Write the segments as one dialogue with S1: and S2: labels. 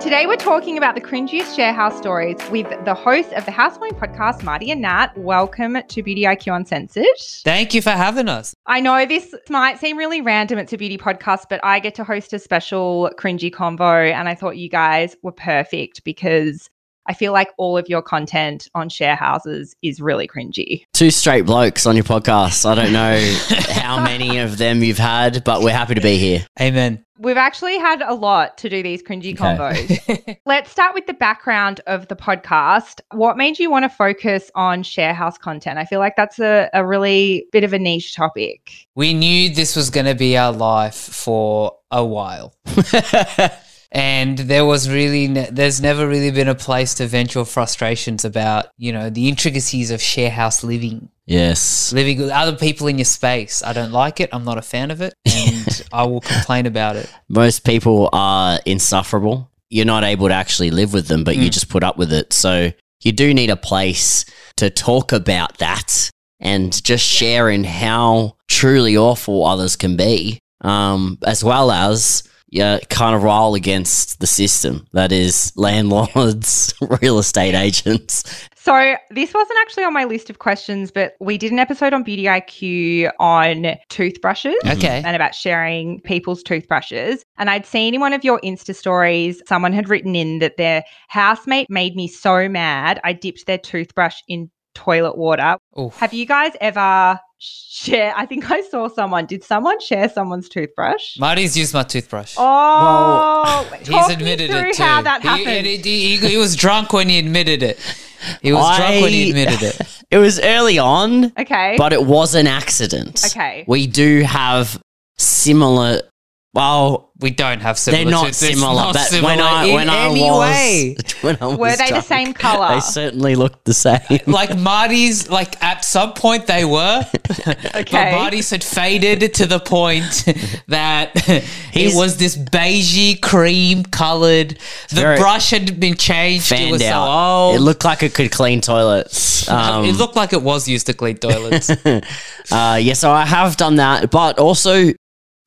S1: Today, we're talking about the cringiest sharehouse stories with the host of the Housewine podcast, Marty and Nat. Welcome to Beauty IQ Uncensored.
S2: Thank you for having us.
S1: I know this might seem really random. It's a beauty podcast, but I get to host a special cringy convo, and I thought you guys were perfect because I feel like all of your content on sharehouses is really cringy.
S3: Two straight blokes on your podcast. I don't know how many of them you've had, but we're happy to be here.
S2: Amen.
S1: We've actually had a lot to do these cringy combos. Let's start with the background of the podcast. What made you want to focus on sharehouse content? I feel like that's a, a really bit of a niche topic.
S2: We knew this was going to be our life for a while. and there was really ne- there's never really been a place to vent your frustrations about you know the intricacies of sharehouse living
S3: Yes.
S2: living with other people in your space i don't like it i'm not a fan of it and i will complain about it
S3: Most people are insufferable. You're not able to actually live with them, but you
S2: Mm.
S3: just put up with it. So you do need a place to talk about that and just sharing how truly awful others can be, um, as well as yeah, kind of roll against the system that is landlords, real estate agents,
S1: So, this wasn't actually on my list of questions, but we did an episode on Beauty IQ on toothbrushes.
S2: okay
S1: and about sharing people's toothbrushes. And I'd seen in one of your Insta stories, someone had written in that their housemate made me so mad, I dipped their toothbrush in toilet water.
S2: Oof.
S1: Have you guys ever share? I think I saw someone. Did someone share someone's toothbrush?
S2: marty's used my toothbrush
S1: oh,
S2: He's admitted it too.
S1: How that
S2: He-
S1: happened.
S2: He, he- he was drunk when he admitted it. He was drunk when he
S3: I-
S2: admitted it.
S3: It was early on,
S1: okay.
S3: but it was an accident.
S1: okay.
S3: We do have similar. Well,
S2: We don't have similar.
S3: they're not
S2: toothpicks.
S3: similar.
S2: Not
S3: but
S2: similar
S3: when I
S2: in
S3: when I
S2: any
S3: was
S2: way.
S3: when I was
S1: Were they the
S3: drunk,
S1: same color?
S3: They certainly looked the same.
S2: like Marty's, like at some point they were, but
S1: Okay.
S2: Marty's had faded to the point that it
S3: He's-
S2: was this beigey cream colored. The
S3: very
S2: brush had been changed. It
S3: Fanned
S2: was
S3: out.
S2: so old.
S3: It looked like it could clean toilets. Um,
S2: it looked like it was used to clean toilets.
S3: uh, yeah, so I have done that, but also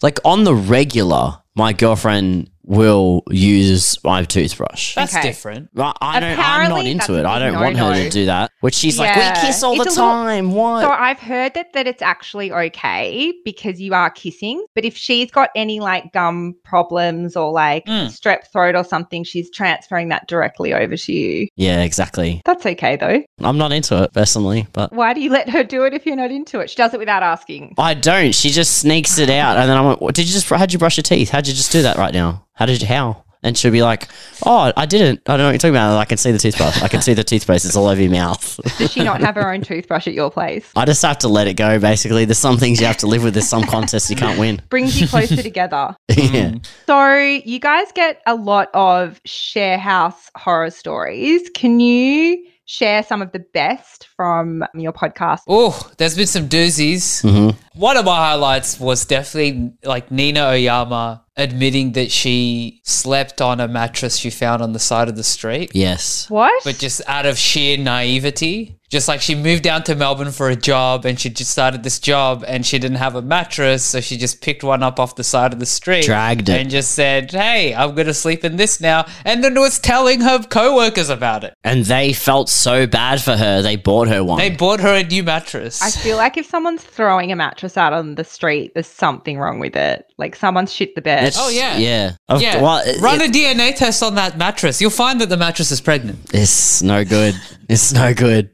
S3: like on the regular, my girlfriend will use my toothbrush.
S2: That's
S1: Okay.
S2: different.
S3: I I don't. I'm not
S1: Apparently,
S3: into
S1: that's
S3: it.
S1: a
S3: I
S1: big
S3: don't want her
S1: no-no.
S3: to do that. Which she's like,
S1: Yeah.
S3: we kiss all
S1: It's
S3: the
S1: a little-
S3: time. what?
S1: So I've heard that that it's actually okay because you are kissing, but if she's got any like gum problems or like
S2: Mm.
S1: strep throat or something, she's transferring that directly over to you.
S3: yeah, exactly.
S1: That's okay though.
S3: I'm not into it personally, but
S1: Why do you let her do it if you're not into it? She does it without asking.
S3: I don't. She just sneaks it out, and then I'm like, "What did you just? How'd you brush your teeth? How'd you just do that right now? How did you? How?" And she'll be like, "Oh, I didn't. I don't know what you're talking about. I can see the toothbrush. I can see the toothpaste. It's all over your mouth.
S1: Does she not have her own toothbrush at your place?
S3: I just have to let it go. Basically, there's some things you have to live with. There's some contests you can't win.
S1: Brings you closer together.
S3: yeah.
S1: Mm-hmm. So you guys get a lot of share house horror stories. Can you share some of the best from your podcast?
S2: Oh, there's been some doozies.
S3: hmm
S2: One of my highlights was definitely like Nina Oyama admitting that she slept on a mattress she found on the side of the street,
S3: Yes.
S1: What?
S2: but just out of sheer naivety. Just like she moved down to Melbourne for a job and she just started this job and she didn't have a mattress, so she just picked one up off the side of the street.
S3: Dragged it.
S2: And just said, Hey, I'm gonna sleep in this now and then was telling her coworkers about it.
S3: And they felt so bad for her. They bought her one.
S2: They bought her a new mattress.
S1: I feel like if someone's throwing a mattress out on the street, there's something wrong with it. Like someone's shit the bed.
S3: It's-
S2: Oh, yeah.
S3: Yeah. Of-
S2: yeah,
S3: well, it-
S2: run
S3: it-
S2: a DNA test on that mattress. You'll find that the mattress is pregnant.
S3: it's no good. It's no good.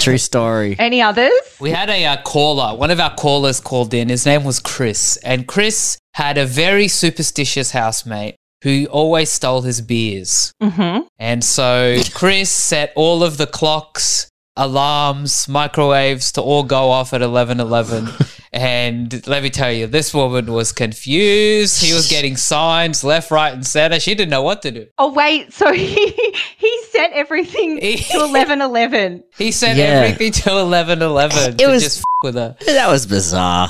S3: True story.
S1: Any others?
S2: We had a uh, caller. One of our callers called in. His name was Chris, and Chris had a very superstitious housemate who always stole his beers.
S1: Mm-hmm.
S2: And so Chris set all of the clocks, alarms, microwaves to all go off at eleven eleven, And let me tell you, this woman was confused. He was getting signs left, right, and center. She didn't know what to do.
S1: Oh wait, so he he sent everything to eleven eleven.
S2: He sent
S3: Yeah.
S2: everything to eleven eleven.
S3: It
S2: to
S3: was-
S2: just f- with her.
S3: That was bizarre.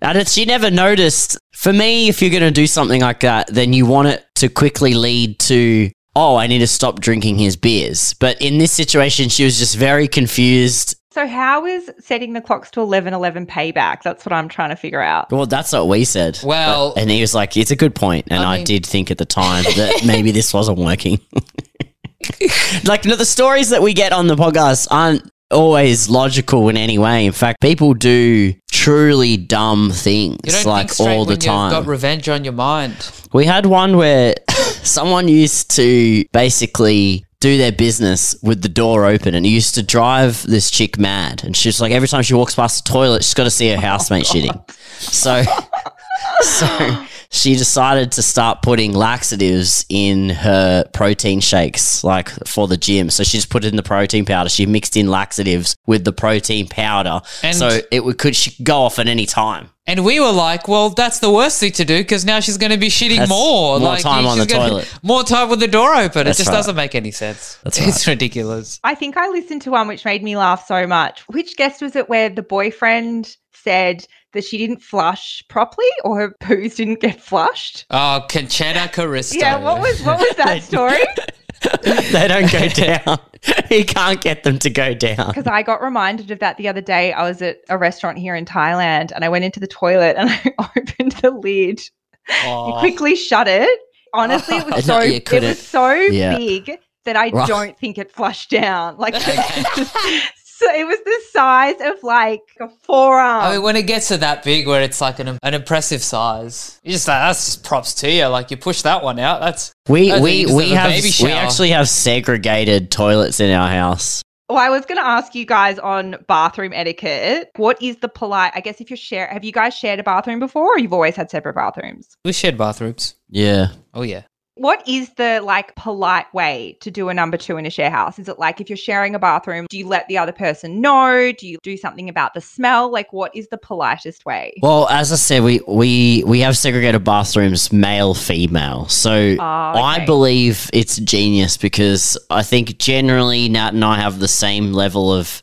S3: and it's, you never noticed. For me, if you're going to do something like that, then you want it to quickly lead to, oh, I need to stop drinking his beers. But in this situation, she was just very confused.
S1: So how is setting the clocks to eleven eleven payback? That's what I'm trying to figure out.
S3: Well, that's what we said.
S2: Well-
S3: But- and he was like, it's a good point. And
S2: I
S3: I,
S2: mean-
S3: did think at the time that maybe this wasn't working. like, no, the stories that we get on the podcast aren't always logical in any way. In fact, people do truly dumb things
S2: You don't think
S3: like
S2: straight
S3: all
S2: when
S3: the time.
S2: You've got revenge on your mind.
S3: We had one where someone used to basically do their business with the door open and it used to drive this chick mad. And she's like, every time she walks past the toilet, she's got to see her housemate shitting. So, so she decided to start putting laxatives in her protein shakes, like for the gym. So she just put it in the protein powder. She mixed in laxatives with the protein powder.
S2: And-
S3: so it would, could she could go off at any time.
S2: And we were like, well, that's the worst thing to do because now she's going to be shitting
S3: That's
S2: more.
S3: more
S2: like,
S3: time
S2: she's
S3: on the
S2: gonna-
S3: toilet.
S2: More time with the door open.
S3: That's
S2: it just
S3: right.
S2: doesn't make any sense.
S3: That's
S2: it's ridiculous.
S1: I think I listened to one which made me laugh so much. Which guest was it where the boyfriend said that she didn't flush properly or her poos didn't get flushed?
S2: Oh, Conchetta Caristo.
S1: Yeah, what was what was that story?
S3: they don't go down. he can't get them to go down.
S1: Because I got reminded of that the other day. I was at a restaurant here in Thailand and I went into the toilet and I opened the lid.
S2: Oh.
S1: I quickly shut it. Honestly, it was
S3: No,
S1: so
S3: you
S1: it
S3: couldn't.
S1: was so
S3: Yeah.
S1: big that I
S3: Right.
S1: don't think it flushed down. Like so it was the size of like a forearm.
S2: I mean, when it gets to that big, where it's like an, an impressive size, you just like that's just props to you. Like you push that one out. That's
S3: We
S2: I think
S3: we
S2: it's
S3: we
S2: the
S3: have
S2: baby
S3: we
S2: shower.
S3: actually have segregated toilets in our house.
S1: well, I was going to ask you guys on bathroom etiquette. What is the polite? I guess if you share, have you guys shared a bathroom before, or you've always had separate bathrooms?
S2: we shared bathrooms.
S3: Yeah.
S2: Oh yeah.
S1: What is the like polite way to do a number two in a share house? Is it like if you're sharing a bathroom, do you let the other person know? Do you do something about the smell? Like, what is the politest way?
S3: Well, as I said, we we we have segregated bathrooms, male, female. So
S2: Oh,
S1: Ah,
S3: I
S1: okay.
S3: believe it's genius because I think generally Nat and I have the same level of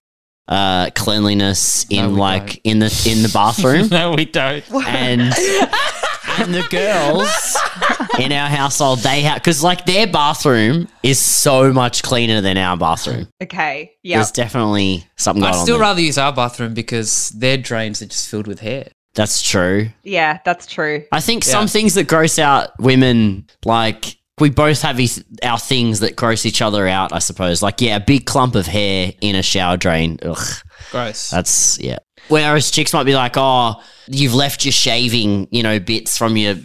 S3: uh, cleanliness
S2: No,
S3: in
S2: we
S3: like
S2: don't.
S3: in the in the bathroom.
S2: no, we don't.
S3: and and the girls in our household they have because like their bathroom is so much cleaner than our bathroom.
S1: Okay. Yeah.
S3: There's definitely something going
S2: I'd
S3: on.
S2: still
S3: there.
S2: rather use our bathroom because their drains are just filled with hair.
S3: That's true.
S1: Yeah, that's true.
S3: I think
S2: Yeah.
S3: some things that gross out women like. We both have these- our things that gross each other out, I suppose. Like, yeah, a big clump of hair in a shower drain. Ugh.
S2: Gross.
S3: That's yeah. Whereas chicks might be like, "Oh, you've left your shaving, you know, bits from your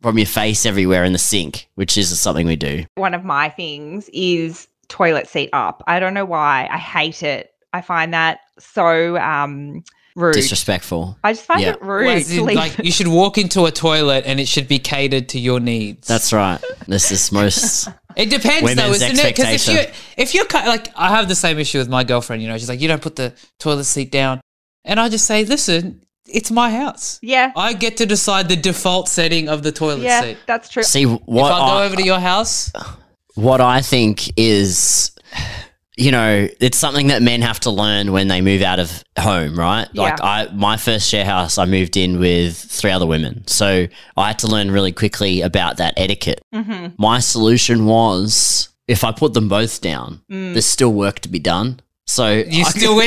S3: from your face everywhere in the sink," which is something we do.
S1: One of my things is toilet seat up. I don't know why. I hate it. I find that so um rude.
S3: Disrespectful.
S1: I just find
S3: Yeah.
S1: it rude.
S2: As
S1: to
S2: in,
S1: leave-
S2: like you should walk into a toilet and it should be catered to your needs.
S3: That's right. This is most.
S2: it depends though,
S3: women's
S2: isn't it? Because if
S3: expectation.
S2: you if you're ki- like I have the same issue with my girlfriend. You know, she's like, you don't put the toilet seat down, and I just say, listen, it's my house.
S1: yeah.
S2: I get to decide the default setting of the toilet
S1: Yeah,
S2: seat.
S1: that's true.
S3: See
S2: If
S3: what
S2: I go
S3: I,
S2: over to your house,
S3: what I think is, you know, it's something that men have to learn when they move out of home, right? Like
S1: Yeah.
S3: I, my first share house, I moved in with three other women, so I had to learn really quickly about that etiquette.
S1: hmm
S3: My solution was if I put them both down,
S1: mm.
S3: there's still work to be done. So
S2: Hmm. you
S3: I
S2: still
S3: could-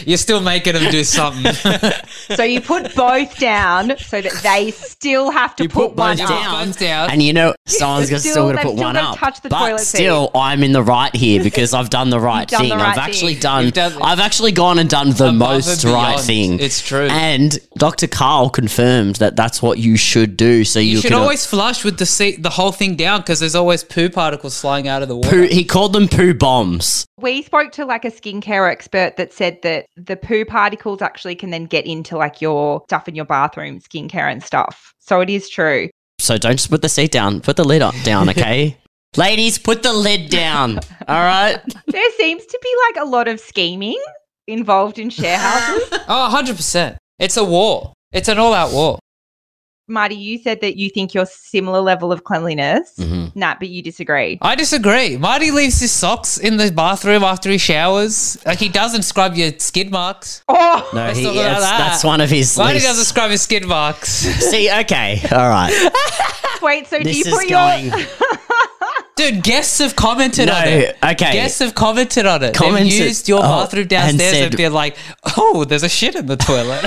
S2: win. You're still making them do something.
S1: So you put both down so that they still have to
S3: You
S1: put,
S3: put
S1: one up.
S3: both down.
S2: Both down.
S3: And you know, someone's
S1: They've
S3: gonna still,
S1: still-
S3: going to
S1: they've
S3: put
S1: still
S3: one
S1: gotta
S3: up.
S1: touch the
S3: but
S1: toilet seat.
S3: still, I'm in the right here because I've done the right
S1: done the
S3: thing.
S1: right
S3: I've actually
S1: thing.
S3: done.
S2: You've done-
S3: I've actually gone and done the
S2: Above
S3: most
S2: and
S3: right
S2: beyond.
S3: thing.
S2: It's true.
S3: And Dr. Carl confirmed that that's what you should do. So you,
S2: you should
S3: can
S2: always flush with the seat, the whole thing down, because there's always poo particles flying out of the water.
S3: poo. He called them poo bombs.
S1: We spoke to like a skincare expert that said that the poo particles actually can then get into like your stuff in your bathroom, skincare and stuff. So it is true.
S3: So don't just put the seat down. Put the lid up down, okay? Ladies, put the lid down. All right.
S1: There seems to be like a lot of scheming involved in share houses.
S2: Oh, 100%. It's a war. It's an all out war.
S1: Marty, you said that you think you're similar level of cleanliness.
S3: Mhm.
S1: Nat, but you disagree.
S2: I disagree. Marty leaves his socks in the bathroom after he showers. Like, he doesn't scrub your skid marks.
S1: Oh,
S3: No,
S2: Let's
S3: he,
S2: talk about
S3: that's,
S2: that.
S3: that's one of his.
S2: Marty
S3: least-
S2: doesn't scrub his skid marks.
S3: See, okay, all right.
S1: wait. So do
S3: This
S1: you
S3: is
S1: put
S3: going.
S1: your
S2: Dude, guests have commented on
S3: no,
S2: it.
S3: okay.
S2: Guests have commented on it. Commented,
S3: Commented-
S2: They've used your
S3: oh,
S2: bathroom
S3: and
S2: downstairs and,
S3: said-
S2: been like, oh, there's a shit in the toilet.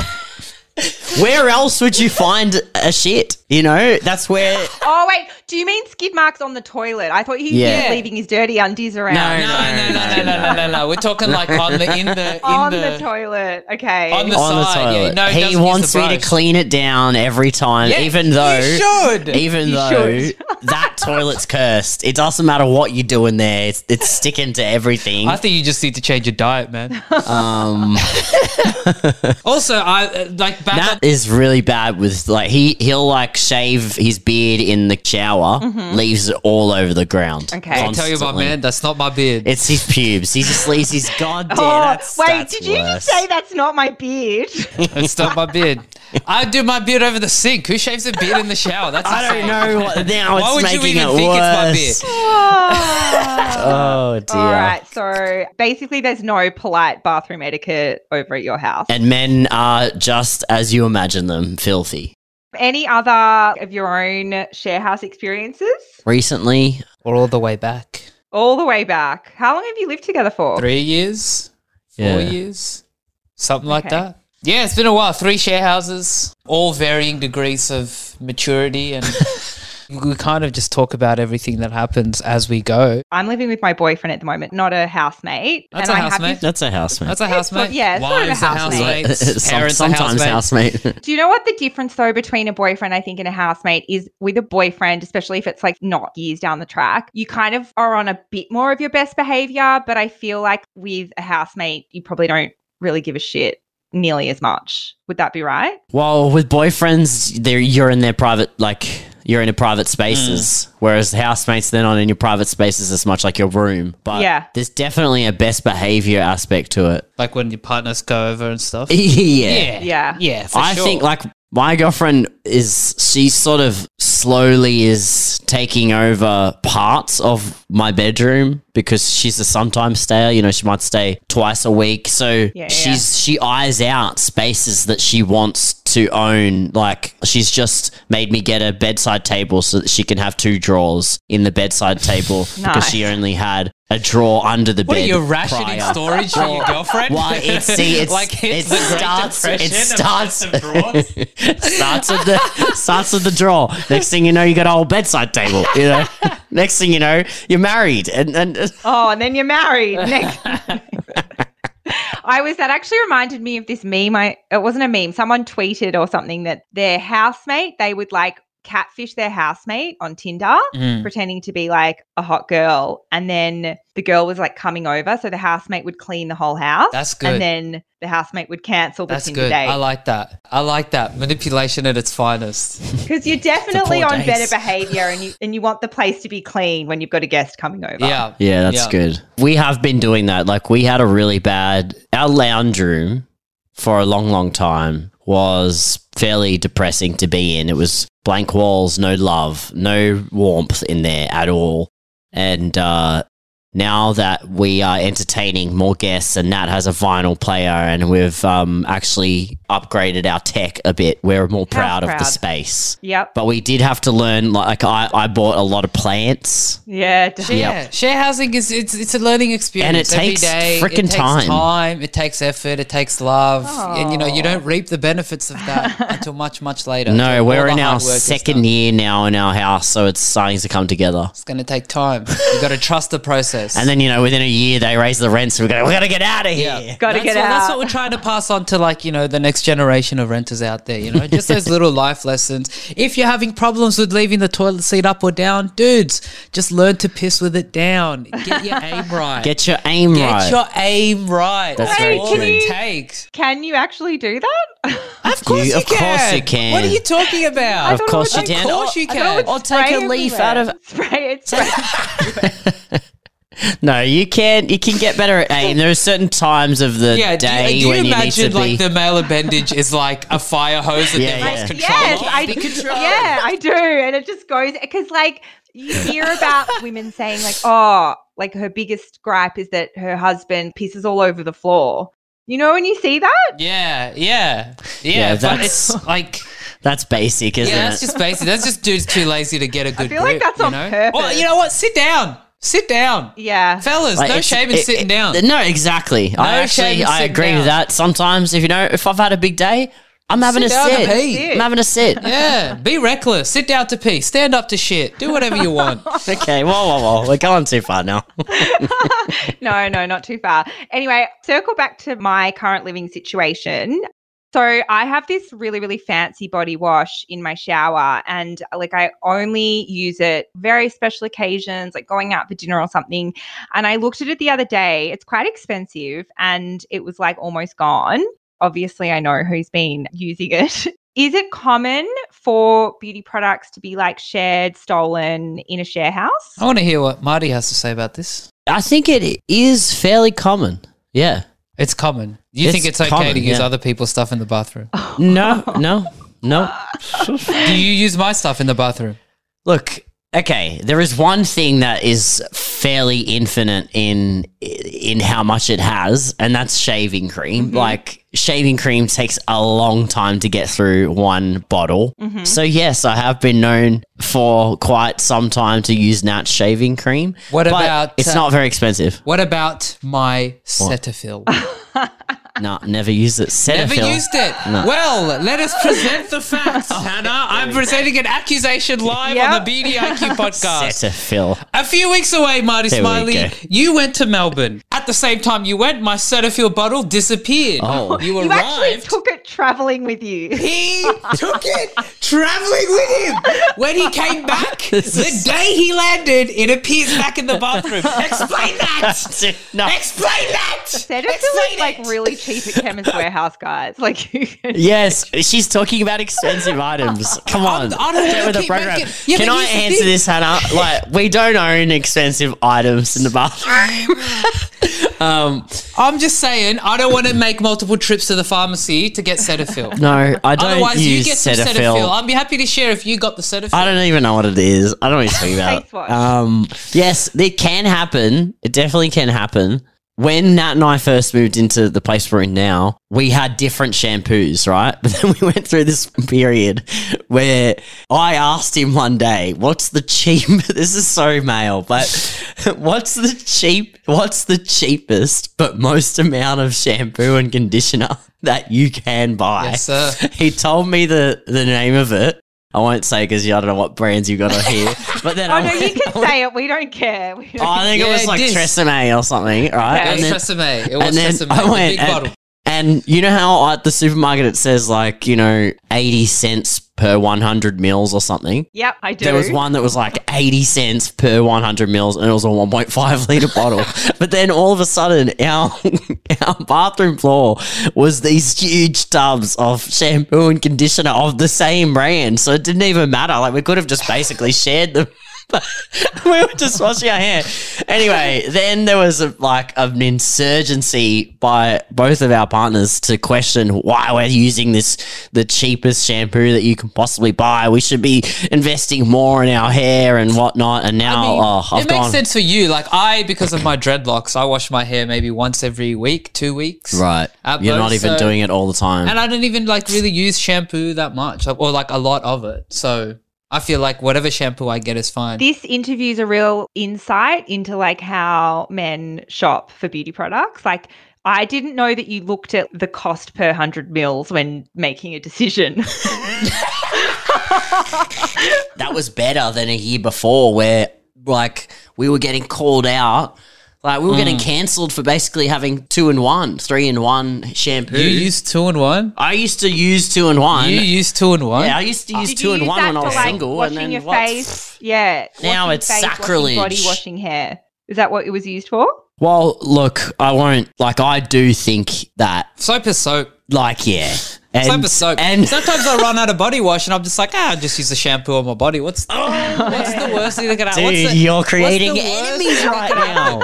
S3: Where else would you find a shit? You know, that's where.
S1: oh wait? Do you mean skid marks on the toilet? I thought he
S3: Yeah.
S1: was leaving his dirty undies around
S2: no, no, no, no, no, no, no, no. We're talking like on the, in the, in
S1: on
S2: the,
S1: the, toilet. Okay.
S2: on the
S3: on the
S2: side.
S3: toilet.
S2: Yeah, no, doesn't
S3: he
S2: use
S3: wants
S2: the
S3: me to
S2: brush.
S3: clean it down every time,
S2: Yeah,
S3: even though,
S2: you should.
S3: even
S1: You
S3: though
S1: should.
S3: that toilet's cursed. It doesn't matter what you do in there; it's, it's sticking to everything.
S2: I think you just need to change your diet, man.
S3: Um,
S2: also, I uh, like back
S3: Nat
S2: up.
S3: is really bad with like he he'll like shave his beard in the shower,
S2: Mm-hmm.
S3: leaves it all over the ground.
S1: Okay. I
S2: I tell you, my
S3: constantly.
S2: man, that's not my beard.
S3: It's his pubes. He just leaves his goddamn.
S1: Oh,
S3: that's,
S1: wait,
S3: that's
S1: did you just
S3: worse.
S1: say that's not my beard?
S2: It's not my beard. I do my beard over the sink. Who shaves a beard in the shower? That's
S3: I don't
S2: insane.
S3: know what now.
S2: Why
S3: it's
S2: would you
S3: making
S2: even
S3: it
S2: think
S3: worse.
S2: it's my
S3: Oh dear.
S1: All right, so basically, there's no polite bathroom etiquette over at your house.
S3: And men are just as you imagine them, filthy.
S1: Any other of your own share house experiences?
S3: Recently,
S2: We're all the way back.
S1: All the way back. How long have you lived together for?
S2: Three years, four
S3: Yeah.
S2: years, something like
S1: Okay.
S2: that. Yeah, it's been a while. Three share houses, all varying degrees of maturity, and we kind of just talk about everything that happens as we go.
S1: I'm living with my boyfriend at the moment, not a housemate.
S2: That's
S1: and I
S2: a
S1: have
S2: housemate.
S1: this-
S3: that's a housemate.
S2: That's a housemate.
S1: yeah, it's sort of a
S2: wives are
S1: housemate.
S2: housemates.
S3: Some-
S2: Parents are
S3: sometimes
S2: housemates.
S3: housemate.
S1: Do you know what the difference though between a boyfriend, I think, and a housemate is with a boyfriend, especially if it's like not years down the track, you kind of are on a bit more of your best behavior. But I feel like with a housemate, you probably don't really give a shit nearly as much. Would that be right?
S3: well, with boyfriends, they're, you're in their private, like you're in a private
S2: Mm.
S3: spaces, whereas housemates, they're not in your private spaces as much, like your room. But
S1: Yeah.
S3: there's definitely a best behavior aspect to it.
S2: Like when your partners go over and stuff.
S3: yeah.
S2: Yeah,
S1: Yeah.
S2: yeah. For
S3: I
S2: sure.
S3: think like my girlfriend is she sort of slowly is taking over parts of my bedroom because she's a sometimes stayer. You know, she might stay twice a week, so
S1: Yeah,
S3: she's she eyes out spaces that she wants to own. Like she's just made me get a bedside table so that she can have two drawers in the bedside table because she only had a drawer under the
S2: What are
S3: bed.
S2: you rationing
S3: prior.
S2: storage for your girlfriend?
S3: Why it's see it's
S2: like it's
S3: it
S2: the Great
S3: starts it
S2: Depression of
S3: starts
S2: sets of drawers.
S3: starts with the starts with the draw. Next thing you know, you got a whole bedside table. You know, next thing you know, you're married, and and
S1: Oh, and then you're married. Next. I was that actually reminded me of this meme. I it wasn't a meme. Someone tweeted or something that their housemate they would like catfish their housemate on Tinder,
S2: Mm.
S1: pretending to be like a hot girl, and then the girl was like coming over, so the housemate would clean the whole house,
S2: That's good.
S1: and then the housemate would cancel the
S2: That's
S1: Tinder
S2: good. I
S1: date
S2: like that. I like that manipulation at its finest.
S1: because you're definitely
S3: poor
S1: on better
S3: days.
S1: behavior, and you and you want the place to be clean when you've got a guest coming over.
S3: Ah.
S2: Yeah,
S3: yeah, that's
S2: Yeah.
S3: good. We have been doing that. Like we had a really bad our lounge room for a long, long time was fairly depressing to be in. It was blank walls, no love, no warmth in there at all, and uh, now that we are entertaining more guests and Nat has a vinyl player and we've um, actually upgraded our tech a bit, we're more proud, of
S1: proud.
S3: the space.
S1: Yep.
S3: But we did have to learn, like, I, I bought a lot of plants.
S1: Yeah.
S2: Share, share housing is it's it's a learning experience,
S3: And it takes frickin'
S2: it takes
S3: time.
S2: time, it takes effort, it takes love, and you know you
S1: Oh.
S2: don't reap the benefits of that until much much later.
S3: No,
S2: Until all
S3: we're
S2: the
S3: in our
S2: hard work is
S3: second
S2: done.
S3: year now in our house, so it's starting to come together.
S2: It's going to take time. You got to trust the process.
S3: And then, you know, within a year, they raise the rent, so we're going, we got to get out of here.
S1: Gotta
S2: that's
S1: get
S2: what, That's what
S1: out.
S2: we're trying to pass on to like, you know, the next generation of renters out there, you know, just those little life lessons. If you're having problems with leaving the toilet seat up or down, dudes, just learn to piss with it down. Get your aim right.
S3: Get your aim
S2: Get
S3: right.
S2: your aim right.
S3: That's
S2: That's
S3: very
S2: all it
S1: true.
S2: takes.
S1: Can you actually do that?
S2: Of course
S3: You-
S2: you,
S3: of course
S2: can.
S3: you can.
S2: What are you talking about?
S3: Of course you
S2: Of
S3: can.
S2: course you
S1: I thought it
S2: can.
S1: would
S3: I'll take
S1: spray
S3: a leaf out of-
S1: everywhere. spray it. Spray.
S3: No, you can you can get better at eight. And there are certain times of the
S2: Yeah, do you-
S3: day
S2: do you,
S3: when
S2: imagine
S3: you need to
S2: like
S3: be.
S2: the male appendage is like a fire hose that
S3: Yeah,
S2: they've
S3: yeah.
S2: lost control
S1: Yes,
S2: of?
S1: I do. Yeah, I do. And it just goes because, like, you hear about women saying, like, oh, like her biggest gripe is that her husband pisses all over the floor. You know, when you see that,
S2: yeah, yeah, yeah.
S3: Yeah,
S2: but
S3: that's-
S2: it's like
S3: that's basic, isn't
S2: yeah, that's
S3: it?
S2: just basic. That's just dude's too lazy to get a good
S1: feel like
S2: grip.
S1: that's
S2: you
S1: on
S2: know?
S1: purpose.
S2: Well, you know what? Sit down. Sit down,
S1: yeah,
S2: fellas.
S3: Like,
S2: no
S3: it's-
S2: shame in
S3: it-
S2: sitting
S3: it-
S2: down.
S3: No, exactly. I
S2: No
S3: actually
S2: shame in
S3: I
S2: sitting
S3: agree with
S2: down.
S3: that. Sometimes if you know if I've had a big day, I'm having
S2: Sit
S3: a
S2: down
S3: sit.
S2: and pee.
S3: I'm having a sit.
S2: yeah, be reckless. Sit down to pee. Stand up to shit. Do whatever you want.
S3: okay, whoa, whoa, whoa. We're going too far now.
S1: no, no, not too far. Anyway, circle back to my current living situation. So I have this really, really fancy body wash in my shower, and like I only use it very special occasions, like going out for dinner or something. And I looked at it the other day. It's quite expensive, and it was like almost gone. Obviously, I know who's been using it. Is it common for beauty products to be like shared, stolen in a share house?
S2: I want to hear what Marty has to say about this.
S3: I think it is fairly common. Yeah.
S2: It's common. You
S3: It's
S2: think it's okay
S3: common,
S2: to use
S3: yeah.
S2: other people's stuff in the bathroom?
S3: No, no, no.
S2: Do you use my stuff in the bathroom?
S3: Look, okay, there is one thing that is fairly infinite in in how much it has, and that's shaving cream.
S2: Mm-hmm.
S3: Like shaving cream takes a long time to get through one bottle.
S2: Mm-hmm.
S1: Mhm.
S3: So yes, I have been known for quite some time to use Nat shaving cream.
S2: What
S3: but
S2: about,
S3: It's
S2: uh,
S3: not very expensive.
S2: What about my Cetaphil?
S3: No, never used it.
S2: Never
S3: Cetaphil.
S2: used it.
S3: No.
S2: Well, let us present the facts, Hannah. I'm presenting an accusation live on the BDIQ podcast.
S3: Cetaphil.
S2: A few weeks away, Marty
S3: There we
S2: Smiley,
S3: go.
S2: you went to Melbourne. At the same time you went, my Cetaphil bottle disappeared.
S3: Oh.
S2: you
S1: You actually
S2: arrived.
S1: took it traveling with you.
S2: he took it traveling with him. When he came back,
S3: This
S2: the
S3: is-
S2: day he landed, it appears back in the bathroom. Explain that.
S3: No.
S2: Explain that.
S1: Cetaphil is like really cheap at Chemist Warehouse, guys. Like you can.
S3: Yes, she's talking about expensive items. Come on,
S2: I don't
S3: get
S2: wanna
S3: with the
S2: keep
S3: program.
S2: making- Yeah,
S3: Can
S2: but
S3: I
S2: here's the
S3: answer
S2: thing.
S3: this, Hannah? Like, we don't own expensive items in the bathroom. um,
S2: I'm just saying, I don't want to make multiple trips to the pharmacy to get Cetaphil.
S3: no, I don't
S2: Otherwise, you
S3: use
S2: get some Cetaphil.
S3: Cetaphil.
S2: I'd be happy to share if you got the Cetaphil.
S3: I don't even know what it is. I don't know what you're talking
S1: Face wash.
S3: about. Um, yes, it can happen. It definitely can happen. When Nat and I first moved into the place we're in now, we had different shampoos, right? But then we went through this period where I asked him one day, "What's the cheap?" This is so male, but what's the cheap? What's the cheapest but most amount of shampoo and conditioner that you can buy?
S2: Yes, sir.
S3: He told me the the name of it. I won't say because I don't know what brands you got on here. But then
S1: Oh
S3: I,
S1: no, you
S3: went-
S1: can say it. We don't care. We
S3: Oh,
S1: don't-
S3: I think
S2: Yeah,
S3: it was like
S2: it is.
S3: Tresemme or something, right?
S1: Okay.
S2: It
S3: And
S2: was
S3: then,
S2: Tresemme. It
S3: and
S2: was
S3: then
S2: Tresemme.
S3: I
S2: the
S3: went
S2: big
S3: and-
S2: bottle.
S3: and you know how at the supermarket it says like you know eighty cents per one hundred mils or something.
S1: Yep, I do.
S3: There was one that was like 80 cents per 100 mils, and it was a 1.5 liter bottle. But then all of a sudden, our our bathroom floor was these huge tubs of shampoo and conditioner of the same brand, so it didn't even matter. Like we could have just basically shared them. we were just washing our hair. Anyway, then there was a, like an insurgency by both of our partners to question why we're using this the cheapest shampoo that you can possibly buy. We should be investing more in our hair and whatnot. And now,
S2: I mean,
S3: oh, I've
S2: it makes
S3: gone
S2: sense for you. Like I, because of my dreadlocks, I wash my hair maybe once every week, two weeks.
S3: right.
S2: At
S3: You're
S2: both,
S3: not even
S2: so-
S3: doing it all the time.
S2: And I don't even like really use shampoo that much, like, or like a lot of it. So I feel like whatever shampoo I get is fine.
S1: This interview's a real insight into like how men shop for beauty products. Like I didn't know that you looked at the cost per hundred mils when making a decision.
S3: that was better than a year before where like we were getting called out like we were
S2: Mm.
S3: getting cancelled for basically having two in one three in one shampoo
S2: you use two and one.
S3: i used to use two in one
S2: You use two and one.
S3: yeah i used to use
S1: Did
S3: two
S1: you
S3: in
S1: use
S3: one
S1: that
S3: when i
S1: for,
S3: was
S1: like,
S3: single
S1: washing
S3: and then
S1: your
S3: what?
S1: face. Yeah.
S3: Now
S1: washing
S3: it's
S1: face, Washing body
S3: sacrilege.
S1: washing hair. Is that what it was used for?
S3: well look i won't like i do think that
S2: Soap is soap.
S3: like yeah and,
S2: soap is soap.
S3: and
S2: sometimes I run out of body wash, and I'm just like, ah, I just use the shampoo on my body. What's what's the worst thing that can happen?
S3: Dude,
S2: what's the,
S3: you're creating
S2: what's the worst
S3: enemies
S2: thing that
S3: right
S2: can happen?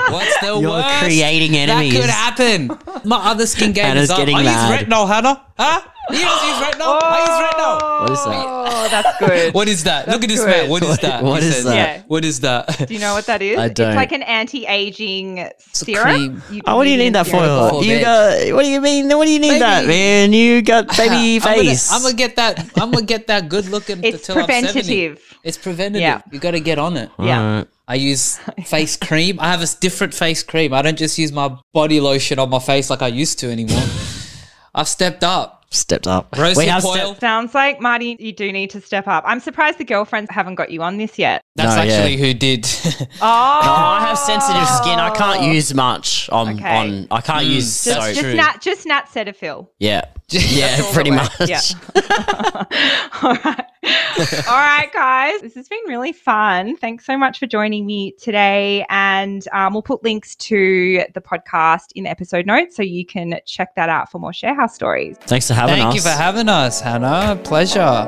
S3: now.
S2: the
S3: You're
S2: worst.
S3: creating enemies.
S2: That could happen. My other skin game
S3: Hannah's
S2: is up.
S3: getting
S2: I
S3: mad.
S2: use retinol, Hannah. Huh? You don't use retinol? I
S3: What is that?
S1: Oh, that's good.
S2: use retinol. What is that? Look at this
S1: good.
S2: man. What is
S3: What-
S2: that?
S3: what
S2: He
S3: is
S2: says,
S3: that?
S1: Yeah.
S2: What is that?
S1: Do you know what that is?
S3: I
S1: It's
S3: don't.
S1: like an anti-aging
S2: cream.
S1: serum.
S3: Oh, what do you need that for?
S1: serum.
S2: before
S3: You
S2: bed.
S3: got. What do you mean? What do you need that,
S2: Baby.
S3: man? You got baby
S2: I'm gonna-
S3: face.
S2: I'm gonna get that. I'm gonna get that good looking
S1: It's
S2: till I'm 70.
S1: preventative.
S2: It's preventative.
S1: Yeah.
S2: You got to get on it.
S1: Yeah.
S3: Alright.
S2: I use face cream. I have a s- different face cream. I don't just use my body lotion on my face like I used to anymore. I've stepped up.
S3: stepped up.
S2: Roasted
S3: Wait, how's
S2: coil.
S1: Sounds like Marty, you do need to step up. I'm surprised the girlfriends haven't got you on this yet.
S2: That's
S3: No, yeah.
S2: actually who did.
S1: Oh,
S3: No, I have sensitive skin. I can't use much on
S1: Okay.
S3: on. I can't
S2: Mm.
S3: use
S2: Just-
S3: soap.
S1: Just,
S2: true.
S1: just Nat, just Nat Cetaphil.
S3: yeah, yeah,
S1: That's all
S3: pretty
S1: the
S3: much.
S1: way. Yeah. all right. All right, guys. This has been really fun. Thanks so much for joining me today. And um, we'll put links to the podcast in the episode notes so you can check that out for more Sharehouse stories.
S3: Thanks for having
S2: Thank
S3: us.
S2: you for having us, Hannah. Pleasure.